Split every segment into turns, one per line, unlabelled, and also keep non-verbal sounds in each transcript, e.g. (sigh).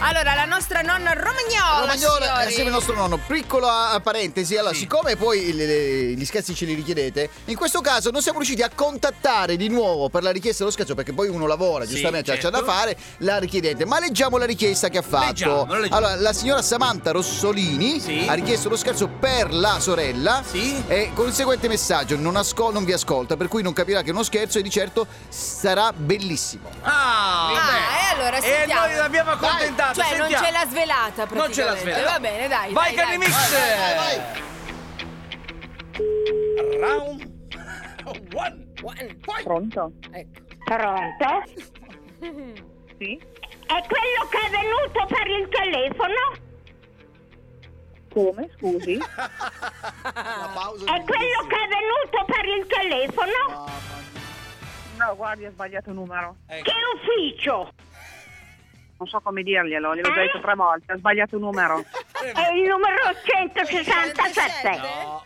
Allora, la nostra nonna romagnola.
Romagnola, eh,
signori.
assieme al nostro nonno. Piccola parentesi, allora, siccome poi le- le- gli sketchi ce li richiedete, in questo caso non siamo riusciti a contattare di nuovo per la richiesta dello sketch, perché poi uno lavora,
Sì,
giustamente, cioè, c'è da
certo.
fare, la richiedente. Ma leggiamo la richiesta che ha fatto.
Leggiamola, leggiamola.
Allora, la signora Samantha Rossolini
Sì.
ha richiesto lo scherzo per la sorella
Sì.
e con il seguente messaggio: non, ascol- non vi ascolta, per cui non capirà che è uno scherzo e di certo sarà bellissimo.
Ah,
Ah, e allora
e
sentiamo.
noi l'abbiamo accontentata.
Cioè, non
sentiamo.
ce l'ha svelata praticamente.
Non ce l'ha svelata.
Va bene, dai.
Vai,
dai,
Cani
dai.
Mix. Round one.
One.
Pronto?
Ecco.
(laughs) Pronto?
Sì?
È quello che è venuto per il telefono?
Come? Scusi?
Una pausa
È quello che è venuto per il telefono?
No, guardi, ha sbagliato numero.
Ecco.
Che ufficio?
Non so come dirglielo, gliel'ho già
Eh?
detto tre volte, ha sbagliato numero.
È il numero 167.
No.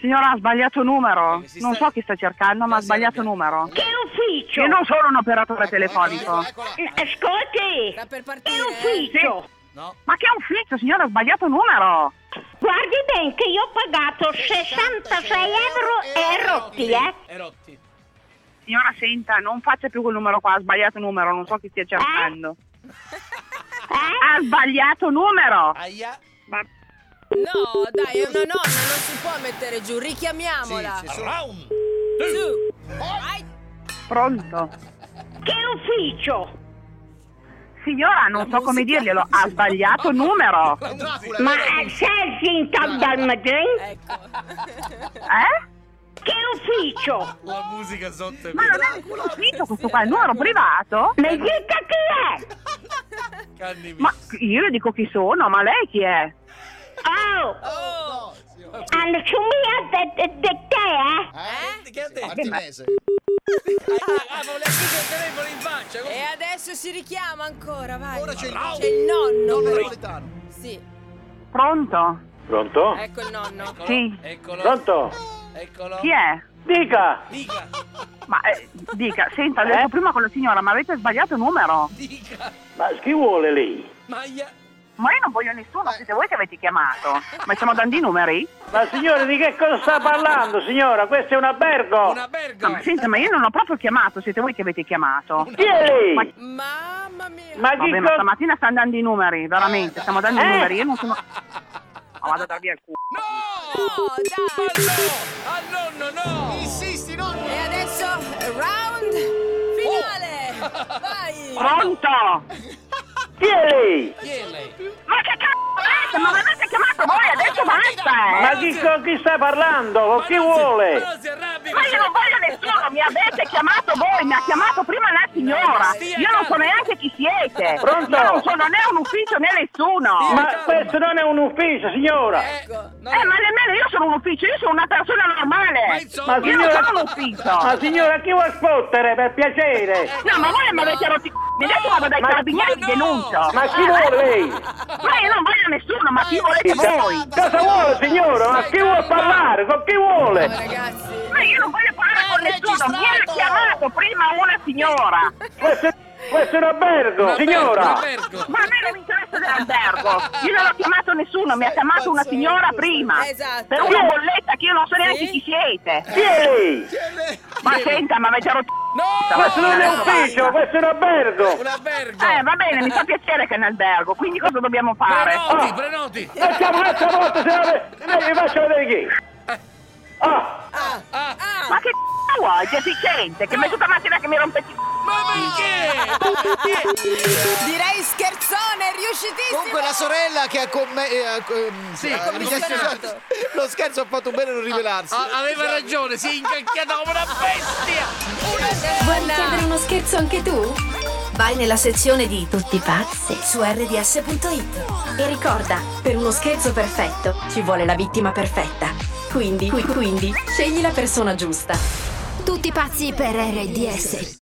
Signora, ha sbagliato numero.
Eh, si
Non
sta-
so chi sta cercando, ma ha
si
sbagliato
arrabbia.
numero.
Che ufficio?
Io non sono un operatore telefonico.
Ecco, Ascolti.
Sta per
Che
partire. eh?
ufficio?
No.
Ma che ufficio, Cioè, signora, ha sbagliato numero.
Guardi ben che io ho pagato 66 euro e rotti, eh?
Erotti.
Signora, senta, non faccia più quel numero qua, ha sbagliato numero, non so chi stia cercando.
Eh?
Ha sbagliato numero.
Aia.
No, dai, è una nonna, non si può mettere giù. Richiamiamola.
Sì, sì,
Round.
Su. Vai.
Pronto?
eh. Che ufficio?
Signora, non
La
so come
musica.
dirglielo, ha sbagliato numero.
Dracula,
Ma
vero?
sei in top dal Madrid?
Ecco.
Eh?
Che ufficio?
La musica sotto. è
Ma non è
quella.
ancora uscito questo qua, il numero privato?
Mi dica chi è?
Canni
Ma
Mix.
io le dico chi sono, ma lei chi è?
Oh,
Oh.
hanno sumia de, de, de te,
Eh? Che ha detto?
Martinese.
Ah, ma voleva chiudere il telefono in faccia.
E adesso si richiama ancora, vai.
Ora c'è il
C'è il nonno.
nonno
però.
napoletano.
Sì,
Pronto?
Pronto?
ecco il nonno.
Eccolo.
Sì.
Eccolo.
Pronto?
Eccolo.
Chi è?
Dica!
Dica.
Ma eh, dica, senta,
Eh?
ho detto prima con la signora, ma avete sbagliato numero.
Dica.
Ma chi vuole lei?
Maia.
Ma io non voglio nessuno, siete voi che avete chiamato. Ma stiamo dando i numeri?
Ma signore, di che cosa sta parlando, signora? Questo è un albergo!
Una
No,
bergo.
ma senta, ma io non ho proprio chiamato, siete voi che avete chiamato.
Chi è
Ma,
lei?
Mamma mia.
Ma chi
vabbè, ma
cosa...
stamattina stanno dando i numeri, veramente, stiamo dando i
Eh.
numeri, io non sono... Ma vado a dar via il culo.
No!
No, dai.
Ma no! Al nonno no!
Insisti, nonno.
E adesso round
Oh.
finale. Vai.
Pronto?
Chi è lei?
Chi è lei?
Ma che cazzo avete? Ma l'avete chiamato voi, adesso basta, eh!
Ma di con chi sta parlando? Con chi vuole?
Ma non si arrabbi Eh,
Ma io non voglio nessuno, mi avete chiamato voi, mi ha chiamato prima la signora. Io non so neanche chi siete.
Pronto?
Io non sono né un ufficio né nessuno.
Sì.
Ma-
Ma questo non è un ufficio, signora!
Ecco.
no,
Eh, ma nemmeno io sono un ufficio, io sono una persona
Ma
normale.
insomma-
Io non sono un ufficio.
Ma signora, chi vuol spottere, per piacere?
No, ma voi mi avete rotti i c***i. Adesso vado dai
Ma-
carabinieri
ma
e
no.
denuncio.
Ma chi vuole lei?
Ma io non voglio nessuno, ma chi volete voi?
Cosa vuole, signora? Ma chi vuole parlare? Con chi
Oh,
vuole?
ragazzi.
Ma io non voglio parlare con nessuno, mi ha chiamato prima una signora.
Questo, questo è un albergo,
Un
signora!
albergo.
Ma a me non mi interessa dell'albergo. Io non ho chiamato nessuno, mi ha chiamato una signora prima.
Esatto.
Per una bolletta che io non so neanche
Sì.
chi siete.
Chi è lei?
Ma senta, ma avete rotto.
No!
Questo non è un ufficio, questo è un albergo!
Un albergo.
Eh, va bene, mi fa piacere che è un albergo, quindi cosa dobbiamo fare?
Prenoti, prenoti.
Facciamo un'altra volta, se no ve- vi faccio vedere chi! Ah!
Oh, Ma che c***o vuoi? Deficiente, che mi è tutta mattina che mi rompe il c***o.
Ma perché? Ma perché?
Direi scherzone, riuscitissimo.
Comunque la sorella che ha con me. eh, ha- ehm,
Sì,
ha-
ha
mi chiesto-
commissionato.
(laughs) Lo scherzo ha fatto bene a non
Oh.
rivelarsi.
A- aveva ragione, si è incacchiata come una
(laughs)
bestia.
Vuoi chiedere uno scherzo anche tu? Vai nella sezione di Tutti pazzi su rds.it e ricorda, per uno scherzo perfetto ci vuole la vittima perfetta. Quindi, qui- quindi, scegli la persona giusta.
Tutti pazzi per RDS.